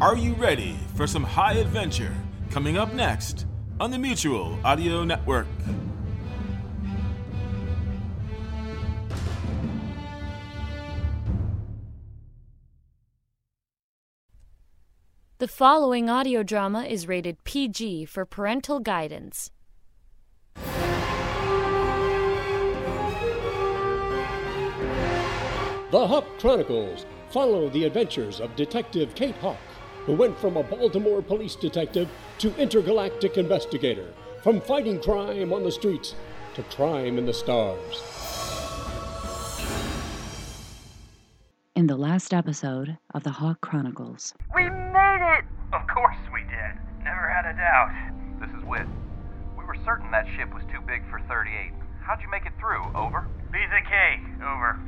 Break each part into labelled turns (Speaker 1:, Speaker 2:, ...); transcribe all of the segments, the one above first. Speaker 1: Are you ready for some high adventure coming up next on the Mutual Audio Network?
Speaker 2: The following audio drama is rated PG for parental guidance.
Speaker 3: The Hawk Chronicles follow the adventures of Detective Kate Hawk, who went from a Baltimore police detective to intergalactic investigator, from fighting crime on the streets to crime in the stars.
Speaker 4: In the last episode of The Hawk Chronicles,
Speaker 5: We made it!
Speaker 6: Of course we did. Never had a doubt. This is Wit. We were certain that ship was too big for 38. How'd you make it through? Over? Visa K. Over.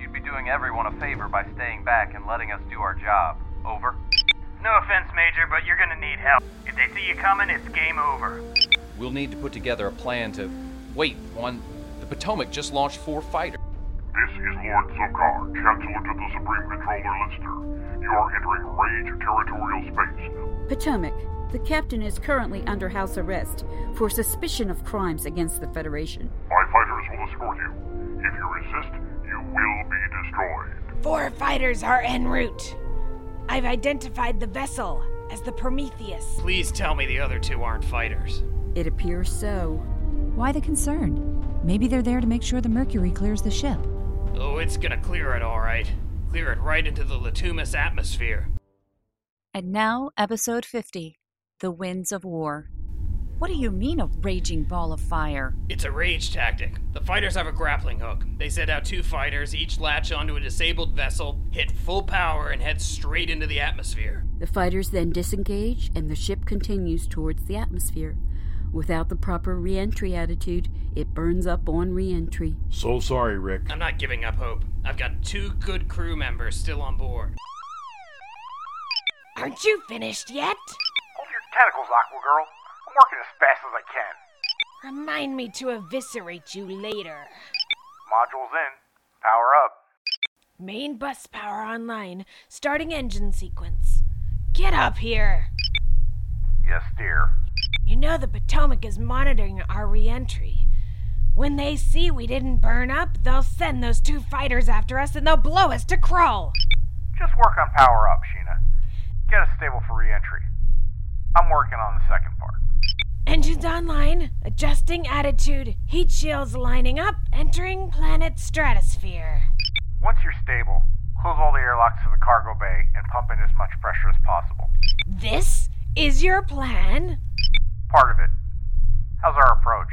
Speaker 6: You'd be doing everyone a favor by staying back and letting us do our job. Over.
Speaker 5: No offense, Major, but you're gonna need help. If they see you coming, it's game over.
Speaker 7: We'll need to put together a plan to. Wait, one. The Potomac just launched four fighters.
Speaker 8: This is Lord Zokar, Chancellor to the Supreme Controller Lister. You are entering Rage territorial space.
Speaker 9: Potomac, the captain is currently under house arrest for suspicion of crimes against the Federation.
Speaker 8: My fighters will escort you. If you resist, you will be destroyed.
Speaker 10: Four fighters are en route. I've identified the vessel as the Prometheus.
Speaker 5: Please tell me the other two aren't fighters.
Speaker 9: It appears so.
Speaker 4: why the concern? Maybe they're there to make sure the Mercury clears the ship.
Speaker 5: Oh, it's gonna clear it, alright. Clear it right into the Latumus atmosphere.
Speaker 4: And now, episode 50 The Winds of War. What do you mean, a raging ball of fire?
Speaker 5: It's a rage tactic. The fighters have a grappling hook. They set out two fighters, each latch onto a disabled vessel, hit full power, and head straight into the atmosphere.
Speaker 9: The fighters then disengage and the ship continues towards the atmosphere. Without the proper re entry attitude, it burns up on re entry.
Speaker 11: Oh,
Speaker 12: So sorry, Rick.
Speaker 5: I'm not giving up hope. I've got two good crew members still on board.
Speaker 10: Aren't you finished yet?
Speaker 6: Hold your tentacles, Aqua Girl. I'm working as fast as I can.
Speaker 10: Remind me to eviscerate you later.
Speaker 6: Modules in. Power up.
Speaker 10: Main bus power online, starting engine sequence. Get up here!
Speaker 6: Yes, dear.
Speaker 10: You know the Potomac is monitoring our reentry. When they see we didn't burn up, they'll send those two fighters after us and they'll blow us to crawl.
Speaker 6: Just work on power up, Sheena. Get us stable for re entry. I'm working on the second part.
Speaker 10: Engines online, adjusting attitude, heat shields lining up, entering planet stratosphere.
Speaker 6: Once you're stable, close all the airlocks to the cargo bay and pump in as much pressure as possible.
Speaker 10: This is your plan?
Speaker 6: Part of it. How's our approach?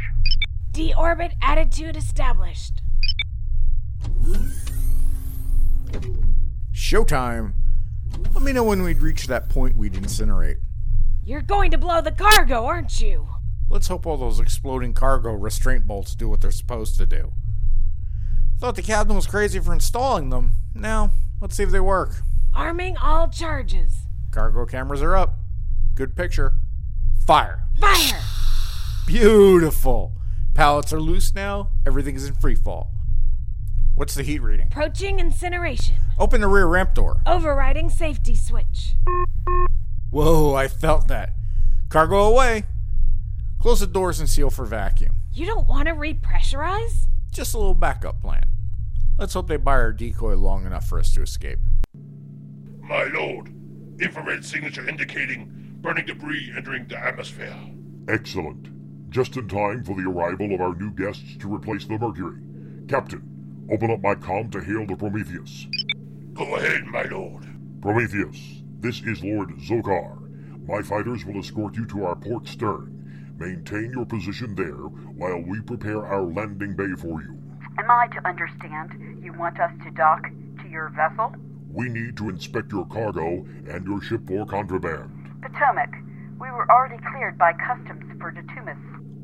Speaker 10: Deorbit attitude established.
Speaker 13: Showtime! Let me know when we'd reach that point we'd incinerate.
Speaker 10: You're going to blow the cargo, aren't you?
Speaker 13: Let's hope all those exploding cargo restraint bolts do what they're supposed to do. Thought the captain was crazy for installing them. Now, let's see if they work.
Speaker 10: Arming all charges.
Speaker 13: Cargo cameras are up. Good picture. Fire!
Speaker 10: Fire!
Speaker 13: Beautiful! Pallets are loose now. Everything's in free fall. What's the heat reading?
Speaker 10: Approaching incineration.
Speaker 13: Open the rear ramp door.
Speaker 10: Overriding safety switch.
Speaker 13: Whoa, I felt that. Cargo away. Close the doors and seal for vacuum.
Speaker 10: You don't want to repressurize?
Speaker 13: Just a little backup plan. Let's hope they buy our decoy long enough for us to escape.
Speaker 8: My lord, infrared signature indicating burning debris entering the atmosphere. Excellent. Just in time for the arrival of our new guests to replace the Mercury. Captain, open up my comm to hail the Prometheus. Go ahead, my lord. Prometheus, this is Lord Zokar. My fighters will escort you to our port stern. Maintain your position there while we prepare our landing bay for you.
Speaker 14: Am I to understand you want us to dock to your vessel?
Speaker 8: We need to inspect your cargo and your ship for contraband.
Speaker 14: Potomac, we were already cleared by customs for Datumus.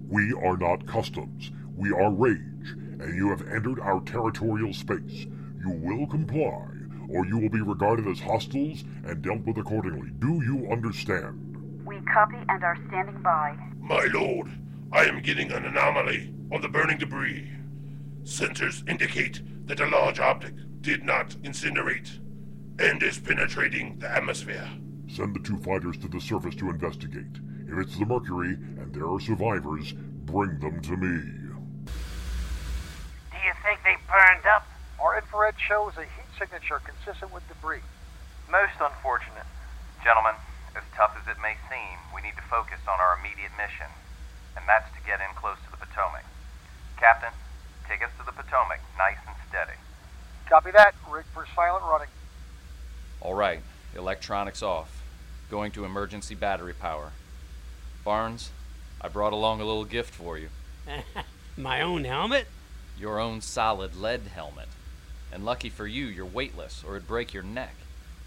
Speaker 8: We are not customs. We are rage, and you have entered our territorial space. You will comply, or you will be regarded as hostiles and dealt with accordingly. Do you understand?
Speaker 14: We copy and are standing by.
Speaker 8: My lord, I am getting an anomaly on the burning debris. Sensors indicate that a large object did not incinerate. and is penetrating the atmosphere. Send the two fighters to the surface to investigate. If it's the Mercury and there are survivors, bring them to me.
Speaker 12: Do you think they burned up? Our infrared shows a heat signature consistent with debris.
Speaker 6: Most unfortunate. Gentlemen, as tough as it may seem, we need to focus on our immediate mission, and that's to get in close to the Potomac. Captain, take us to the Potomac nice and steady.
Speaker 12: Copy that. Rig for silent running.
Speaker 7: All right, electronics off. Going to emergency battery power. Barnes, I brought along a little gift for you.
Speaker 15: My own helmet?
Speaker 7: Your own solid lead helmet. And lucky for you, you're weightless, or it'd break your neck.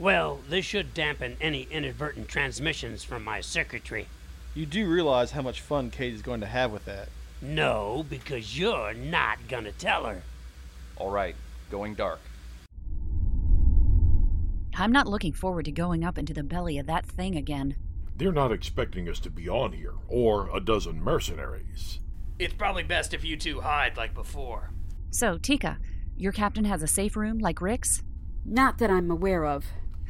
Speaker 15: Well, this should dampen any inadvertent transmissions from my secretary.
Speaker 16: You do realize how much fun Katie's going to have with that.
Speaker 15: No, because you're not gonna tell her.
Speaker 7: All right, going dark.
Speaker 4: I'm not looking forward to going up into the belly of that thing again.
Speaker 11: They're not expecting us to be on here, or a dozen mercenaries.
Speaker 5: It's probably best if you two hide like before.
Speaker 4: So, Tika, your captain has a safe room like Rick's?
Speaker 9: Not that I'm aware of.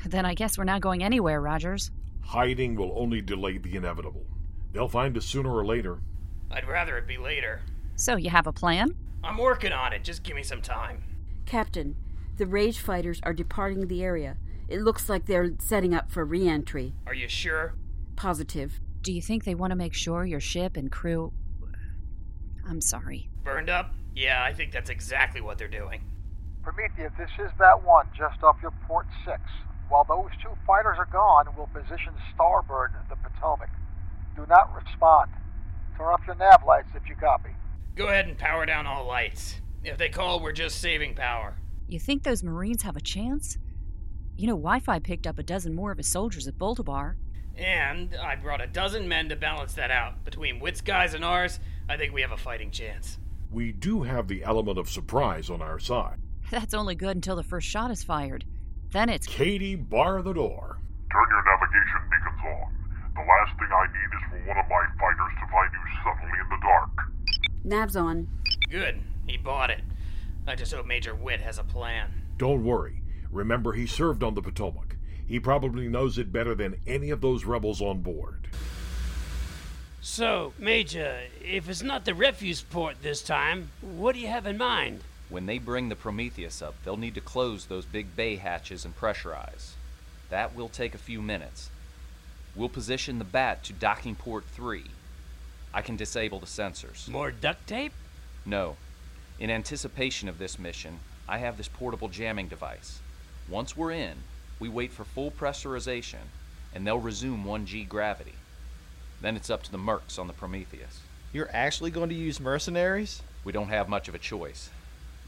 Speaker 4: Then I guess we're not going anywhere, Rogers.
Speaker 11: Hiding will only delay the inevitable. They'll find us sooner or later.
Speaker 5: I'd rather it be later.
Speaker 4: So, you have a plan?
Speaker 5: I'm working on it. Just give me some time.
Speaker 9: Captain, the Rage fighters are departing the area. It looks like they're setting up for re entry.
Speaker 5: Are you sure?
Speaker 9: Positive.
Speaker 4: Do you think they want to make sure your ship and crew. I'm sorry.
Speaker 5: Burned up? Yeah, I think that's exactly what they're doing.
Speaker 12: Prometheus, this is that one just off your port six. While those two fighters are gone, we'll position starboard the Potomac. Do not respond. Turn off your nav lights if you copy.
Speaker 5: Go ahead and power down all lights. If they call, we're just saving power.
Speaker 4: You think those Marines have a chance? You know, Wi Fi picked up a dozen more of his soldiers at Boltabar.
Speaker 5: And I brought a dozen men to balance that out. Between Witt's guys and ours, I think we have a fighting chance.
Speaker 11: We do have the element of surprise on our side.
Speaker 4: That's only good until the first shot is fired. Then it's.
Speaker 11: Katie, bar the door.
Speaker 8: Turn your navigation beacons on. The last thing I need is for one of my fighters to find you suddenly in the dark.
Speaker 9: Nav's on.
Speaker 5: Good. He bought it. I just hope Major Witt has a plan.
Speaker 11: Don't worry. Remember, he served on the Potomac. He probably knows it better than any of those rebels on board.
Speaker 15: So, Major, if it's not the refuse port this time, what do you have in mind?
Speaker 7: When they bring the Prometheus up, they'll need to close those big bay hatches and pressurize. That will take a few minutes. We'll position the bat to docking port 3. I can disable the sensors.
Speaker 15: More duct tape?
Speaker 7: No. In anticipation of this mission, I have this portable jamming device. Once we're in, we wait for full pressurization, and they'll resume 1G gravity. Then it's up to the mercs on the Prometheus.
Speaker 16: You're actually going to use mercenaries?
Speaker 7: We don't have much of a choice.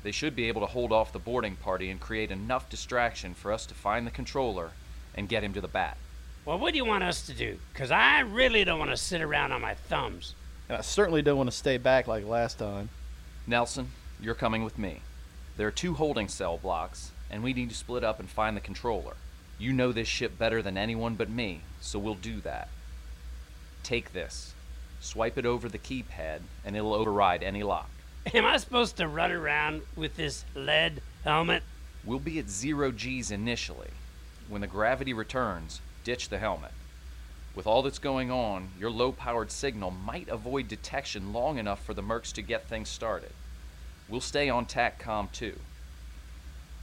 Speaker 7: They should be able to hold off the boarding party and create enough distraction for us to find the controller and get him to the bat.
Speaker 15: Well, what do you want us to do? Because I really don't want to sit around on my thumbs.
Speaker 16: And I certainly don't want to stay back like last time.
Speaker 7: Nelson, you're coming with me. There are two holding cell blocks, and we need to split up and find the controller. You know this ship better than anyone but me, so we'll do that. Take this. Swipe it over the keypad, and it'll override any lock.
Speaker 15: Am I supposed to run around with this lead helmet?
Speaker 7: We'll be at zero G's initially. When the gravity returns, ditch the helmet. With all that's going on, your low powered signal might avoid detection long enough for the mercs to get things started. We'll stay on TACCOM too.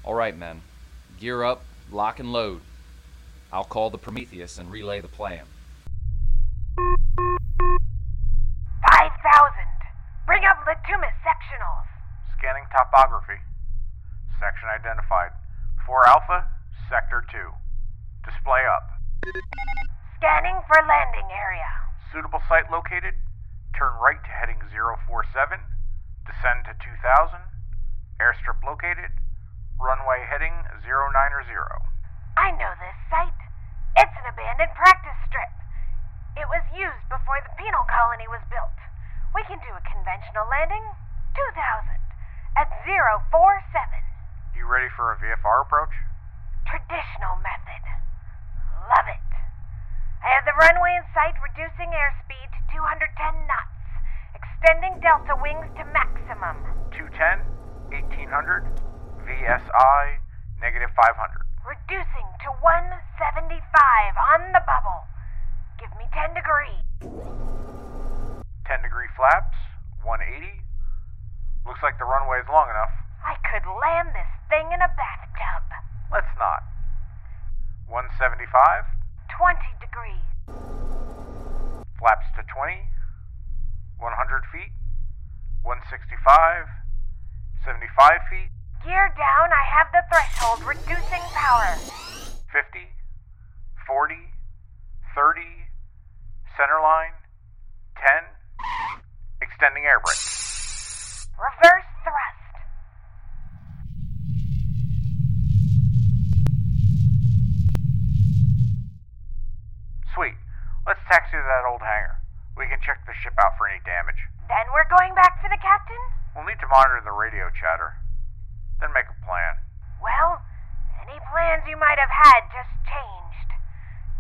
Speaker 7: All right, men. Gear up, lock and load. I'll call the Prometheus and relay the plan.
Speaker 17: 5,000! Bring up Latumis sectionals!
Speaker 18: Scanning topography. Section identified. 4 Alpha, Sector 2. Display up.
Speaker 17: Scanning for landing area.
Speaker 18: Suitable site located. Turn right to heading 047. Descend to 2000. Airstrip located. Runway heading 090.
Speaker 17: I know this site. It's an abandoned practice strip. It was used before the penal colony was built. We can do a conventional landing. 2000 at 047.
Speaker 18: You ready for a VFR approach?
Speaker 17: Traditional method. Love it. I have the runway in sight, reducing airspeed to 210 knots, extending delta wings to maximum.
Speaker 18: 210, 1800, VSI, negative 500.
Speaker 17: Reducing to 175 on the bubble. Give me 10 degrees.
Speaker 18: 10 degree flaps, 180. Looks like the runway is long enough.
Speaker 17: I could land this thing in a bathtub.
Speaker 18: Let's not. 175,
Speaker 17: 20 degrees.
Speaker 18: flaps to 20, 100 feet, 165, 75 feet,
Speaker 17: Gear down, I have the threshold. Reducing power.
Speaker 18: 50, 40, 30, center line, 10, extending air brake.
Speaker 17: Reverse thrust.
Speaker 18: Sweet. Let's taxi to that old hangar. We can check the ship out for any damage.
Speaker 17: Then we're going back for the captain?
Speaker 18: We'll need to monitor the radio chatter, then make a plan.
Speaker 17: Well, any plans you might have had just changed.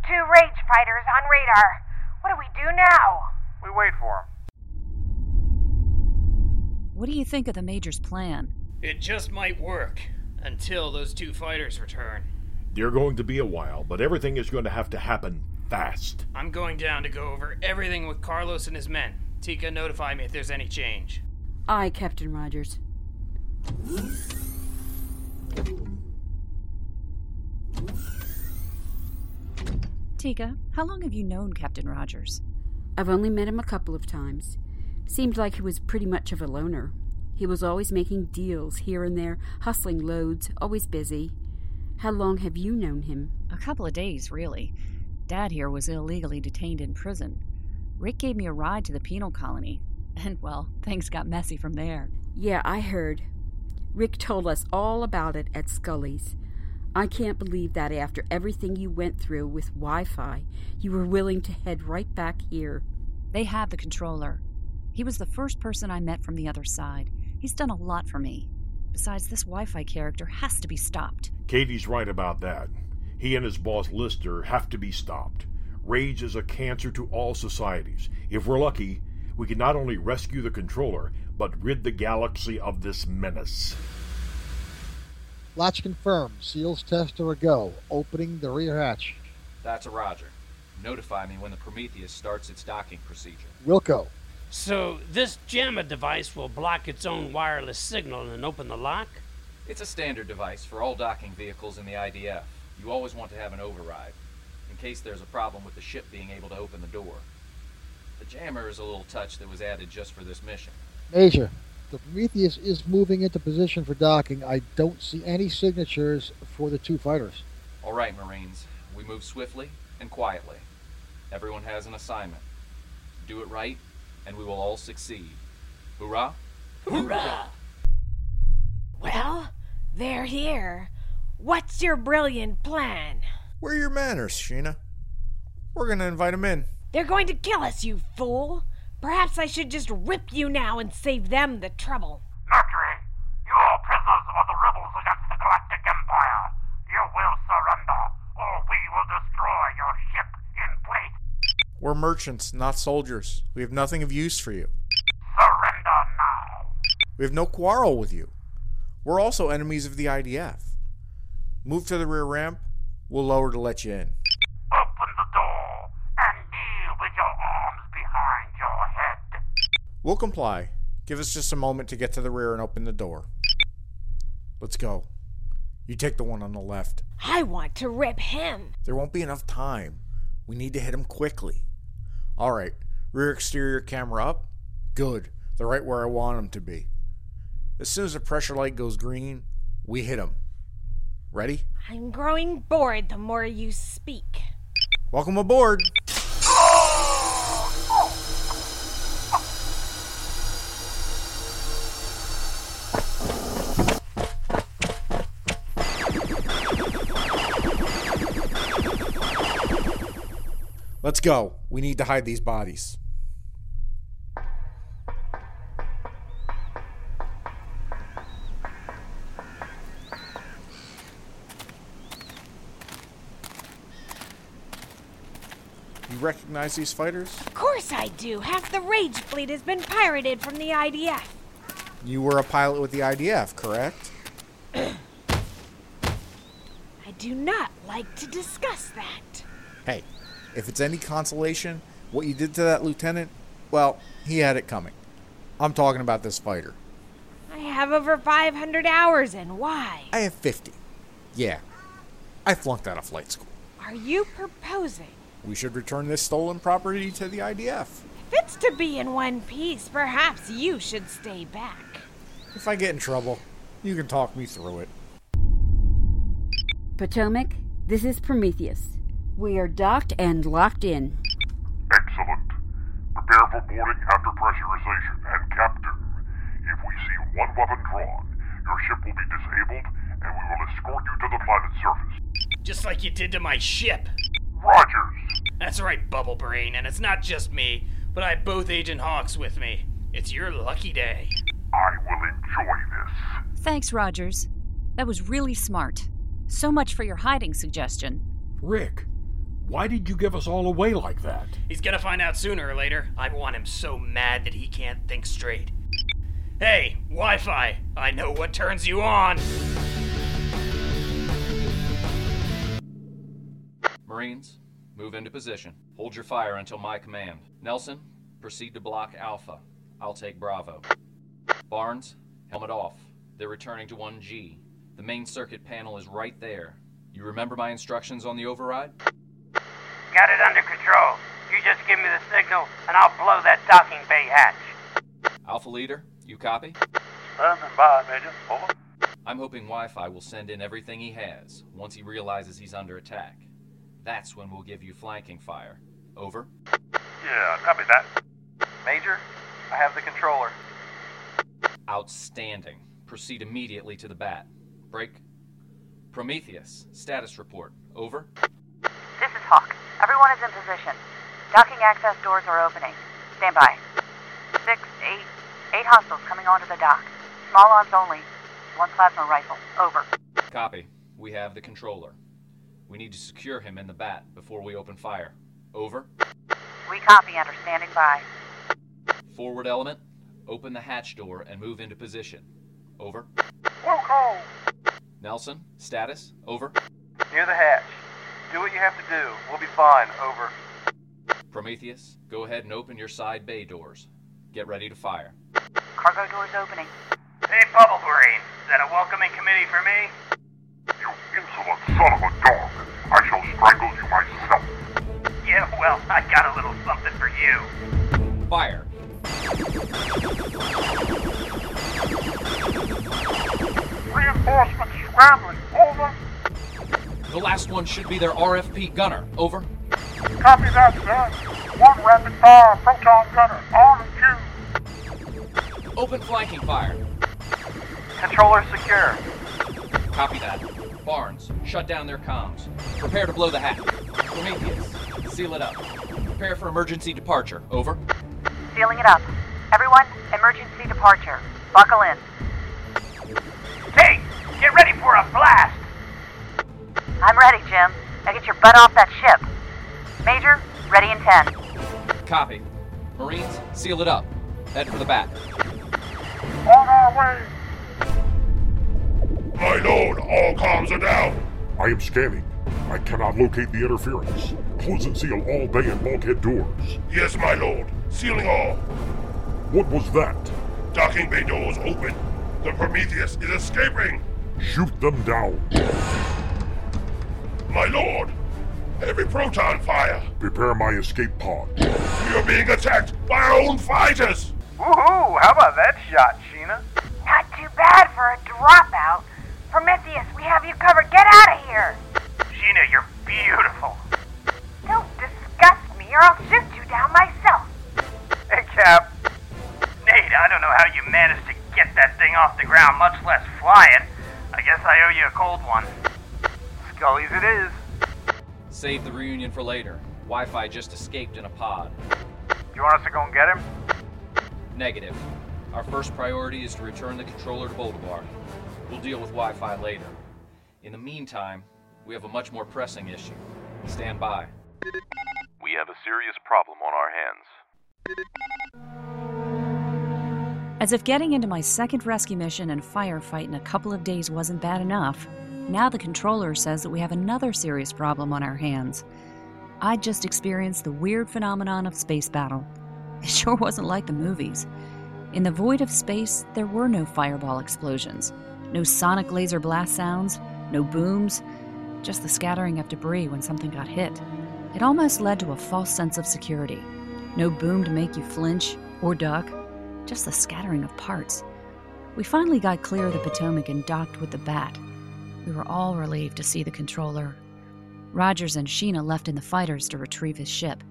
Speaker 17: Two rage fighters on radar. What do we do now?
Speaker 18: We wait for him.
Speaker 4: What do you think of the Major's plan?
Speaker 5: It just might work until those two fighters return.
Speaker 11: You're going to be a while, but everything is going to have to happen fast.
Speaker 5: I'm going down to go over everything with Carlos and his men. Tika, notify me if there's any change.
Speaker 9: Aye, Captain Rogers.
Speaker 4: Tika, how long have you known Captain Rogers?
Speaker 9: I've only met him a couple of times. Seemed like he was pretty much of a loner. He was always making deals here and there, hustling loads, always busy. How long have you known him?
Speaker 4: A couple of days, really. Dad here was illegally detained in prison. Rick gave me a ride to the penal colony, and well, things got messy from there.
Speaker 9: Yeah, I heard. Rick told us all about it at Scully's. I can't believe that after everything you went through with Wi Fi, you were willing to head right back here.
Speaker 4: They have the controller. He was the first person I met from the other side. He's done a lot for me. Besides, this Wi Fi character has to be stopped.
Speaker 11: Katie's right about that. He and his boss Lister have to be stopped. Rage is a cancer to all societies. If we're lucky, we can not only rescue the controller, but rid the galaxy of this menace.
Speaker 12: Latch confirmed. Seals test are a go. Opening the rear hatch.
Speaker 7: That's a Roger. Notify me when the Prometheus starts its docking procedure.
Speaker 12: Wilco.
Speaker 15: So, this jammer device will block its own wireless signal and open the lock?
Speaker 7: It's a standard device for all docking vehicles in the IDF. You always want to have an override, in case there's a problem with the ship being able to open the door. The jammer is a little touch that was added just for this mission.
Speaker 12: Major, the Prometheus is moving into position for docking. I don't see any signatures for the two fighters.
Speaker 7: All right, Marines, we move swiftly and quietly. Everyone has an assignment. Do it right, and we will all succeed. Hoorah!
Speaker 10: Hoorah! Well, they're here. What's your brilliant plan?
Speaker 13: Where are your manners, Sheena? We're gonna invite him in.
Speaker 10: They're going to kill us, you fool. Perhaps I should just whip you now and save them the trouble.
Speaker 19: Mercury, your prisoners are the rebels against the Galactic Empire. You will surrender, or we will destroy your ship in place.
Speaker 13: We're merchants, not soldiers. We have nothing of use for you.
Speaker 19: Surrender now.
Speaker 13: We have no quarrel with you. We're also enemies of the IDF. Move to the rear ramp. We'll lower to let you in.
Speaker 19: Open the door and kneel with your arms behind your head.
Speaker 13: We'll comply. Give us just a moment to get to the rear and open the door. Let's go. You take the one on the left.
Speaker 10: I want to rip him.
Speaker 13: There won't be enough time. We need to hit him quickly. All right. Rear exterior camera up. Good. They're right where I want them to be. As soon as the pressure light goes green, we hit him. Ready?
Speaker 10: I'm growing bored the more you speak.
Speaker 13: Welcome aboard. Let's go. We need to hide these bodies. You recognize these fighters?
Speaker 10: Of course I do. Half the rage fleet has been pirated from the IDF.
Speaker 13: You were a pilot with the IDF, correct?
Speaker 10: I do not like to discuss that.
Speaker 13: Hey, if it's any consolation, what you did to that lieutenant, well, he had it coming. I'm talking about this fighter.
Speaker 10: I have over 500 hours, and why?
Speaker 13: I have 50. Yeah, I flunked out of flight school.
Speaker 10: Are you proposing?
Speaker 13: We should return this stolen property to the IDF.
Speaker 10: If it's to be in one piece, perhaps you should stay back.
Speaker 13: If I get in trouble, you can talk me through it.
Speaker 9: Potomac, this is Prometheus. We are docked and locked in.
Speaker 8: Excellent. Prepare for boarding after pressurization and capture. If we see one weapon drawn, your ship will be disabled and we will escort you to the planet's surface.
Speaker 5: Just like you did to my ship.
Speaker 8: Rogers!
Speaker 5: That's right, Bubblebrain, and it's not just me, but I have both Agent Hawks with me. It's your lucky day.
Speaker 8: I will enjoy this.
Speaker 4: Thanks, Rogers. That was really smart. So much for your hiding suggestion.
Speaker 11: Rick, why did you give us all away like that?
Speaker 5: He's gonna find out sooner or later. I want him so mad that he can't think straight. Hey, Wi Fi, I know what turns you on!
Speaker 7: Marines, move into position. Hold your fire until my command. Nelson, proceed to block Alpha. I'll take Bravo. Barnes, helmet off. They're returning to 1G. The main circuit panel is right there. You remember my instructions on the override?
Speaker 19: Got it under control. You just give me the signal, and I'll blow that docking bay hatch.
Speaker 7: Alpha Leader, you copy?
Speaker 19: Standing by, Major. Over.
Speaker 7: I'm hoping Wi Fi will send in everything he has once he realizes he's under attack. That's when we'll give you flanking fire. Over.
Speaker 19: Yeah, copy that.
Speaker 6: Major, I have the controller.
Speaker 7: Outstanding. Proceed immediately to the bat. Break. Prometheus, status report. Over.
Speaker 14: This is Hawk. Everyone is in position. Docking access doors are opening. Stand by. Six, eight, eight hostiles coming onto the dock. Small arms only. One plasma rifle. Over.
Speaker 7: Copy. We have the controller. We need to secure him in the bat before we open fire. Over.
Speaker 14: We copy and are standing by.
Speaker 7: Forward element, open the hatch door and move into position. Over. Nelson, status, over.
Speaker 6: Near the hatch. Do what you have to do. We'll be fine. Over.
Speaker 7: Prometheus, go ahead and open your side bay doors. Get ready to fire.
Speaker 14: Cargo doors opening.
Speaker 19: Hey, Bubblebrain, is that a welcoming committee for me?
Speaker 8: Insolent son of a dog! I shall strangle you myself!
Speaker 19: Yeah, well, I got a little something for you.
Speaker 7: Fire.
Speaker 19: Reinforcements scrambling. Over.
Speaker 7: The last one should be their RFP gunner. Over.
Speaker 19: Copy that, sir. One rapid fire proton gunner on cue.
Speaker 7: Open flanking fire.
Speaker 6: Controller secure.
Speaker 7: Copy that. Barnes, shut down their comms. Prepare to blow the hatch. Prometheus, seal it up. Prepare for emergency departure. Over.
Speaker 14: Sealing it up. Everyone, emergency departure. Buckle in.
Speaker 19: Hey, get ready for a blast.
Speaker 14: I'm ready, Jim. Now get your butt off that ship. Major, ready in 10.
Speaker 7: Copy. Marines, seal it up. Head for the bat.
Speaker 19: On our way.
Speaker 8: My lord, all comms are down! I am scanning. I cannot locate the interference. Close and seal all bay and bulkhead doors. Yes, my lord. Sealing all. What was that? Docking bay doors open. The Prometheus is escaping! Shoot them down. My lord! Every proton fire! Prepare my escape pod. You're being attacked by our own fighters!
Speaker 6: Woohoo! How about that shot, Sheena?
Speaker 17: Not too bad for a dropout. Prometheus, we have you covered. Get out of here.
Speaker 19: Sheena, you're beautiful.
Speaker 17: Don't disgust me, or I'll shoot you down myself.
Speaker 6: Hey, Cap.
Speaker 19: Nate, I don't know how you managed to get that thing off the ground, much less fly it. I guess I owe you a cold one.
Speaker 6: Scully's it is.
Speaker 7: Save the reunion for later. Wi Fi just escaped in a pod.
Speaker 6: You want us to go and get him?
Speaker 7: Negative. Our first priority is to return the controller to Boldabar. We'll deal with Wi Fi later. In the meantime, we have a much more pressing issue. Stand by.
Speaker 20: We have a serious problem on our hands.
Speaker 4: As if getting into my second rescue mission and firefight in a couple of days wasn't bad enough, Now the controller says that we have another serious problem on our hands. I just experienced the weird phenomenon of space battle. It sure wasn't like the movies. In the void of space, there were no fireball explosions, no sonic laser blast sounds, no booms, just the scattering of debris when something got hit. It almost led to a false sense of security. No boom to make you flinch or duck, just the scattering of parts. We finally got clear of the Potomac and docked with the bat. We were all relieved to see the controller. Rogers and Sheena left in the fighters to retrieve his ship,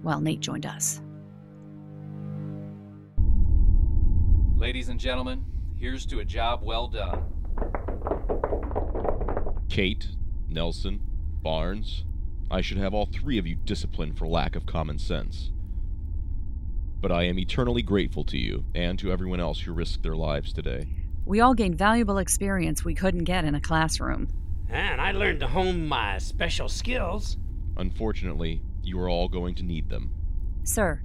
Speaker 4: while Nate joined us.
Speaker 7: Ladies and gentlemen, here's to a job well done.
Speaker 21: Kate, Nelson, Barnes, I should have all three of you disciplined for lack of common sense. But I am eternally grateful to you and to everyone else who risked their lives today.
Speaker 4: We all gained valuable experience we couldn't get in a classroom.
Speaker 15: And I learned to hone my special skills.
Speaker 21: Unfortunately, you are all going to need them.
Speaker 4: Sir,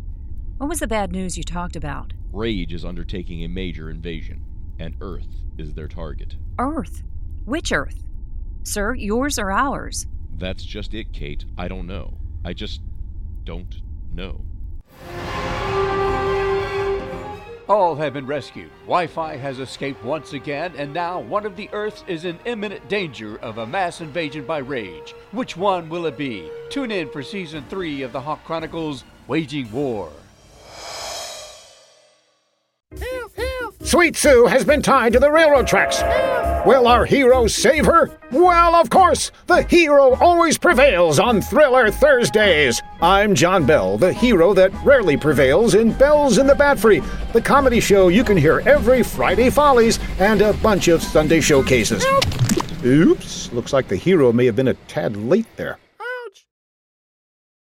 Speaker 4: what was the bad news you talked about?
Speaker 21: Rage is undertaking a major invasion, and Earth is their target.
Speaker 4: Earth. Which Earth? Sir, yours or ours?
Speaker 21: That's just it, Kate. I don't know. I just don't know.
Speaker 22: All have been rescued. Wi Fi has escaped once again, and now one of the Earths is in imminent danger of a mass invasion by rage. Which one will it be? Tune in for season three of the Hawk Chronicles Waging War.
Speaker 23: Sweet Sue has been tied to the railroad tracks. Will our heroes save her? Well, of course! The hero always prevails on Thriller Thursdays! I'm John Bell, the hero that rarely prevails in Bells in the Bat Free, the comedy show you can hear every Friday Follies and a bunch of Sunday showcases. Oops, looks like the hero may have been a tad late there.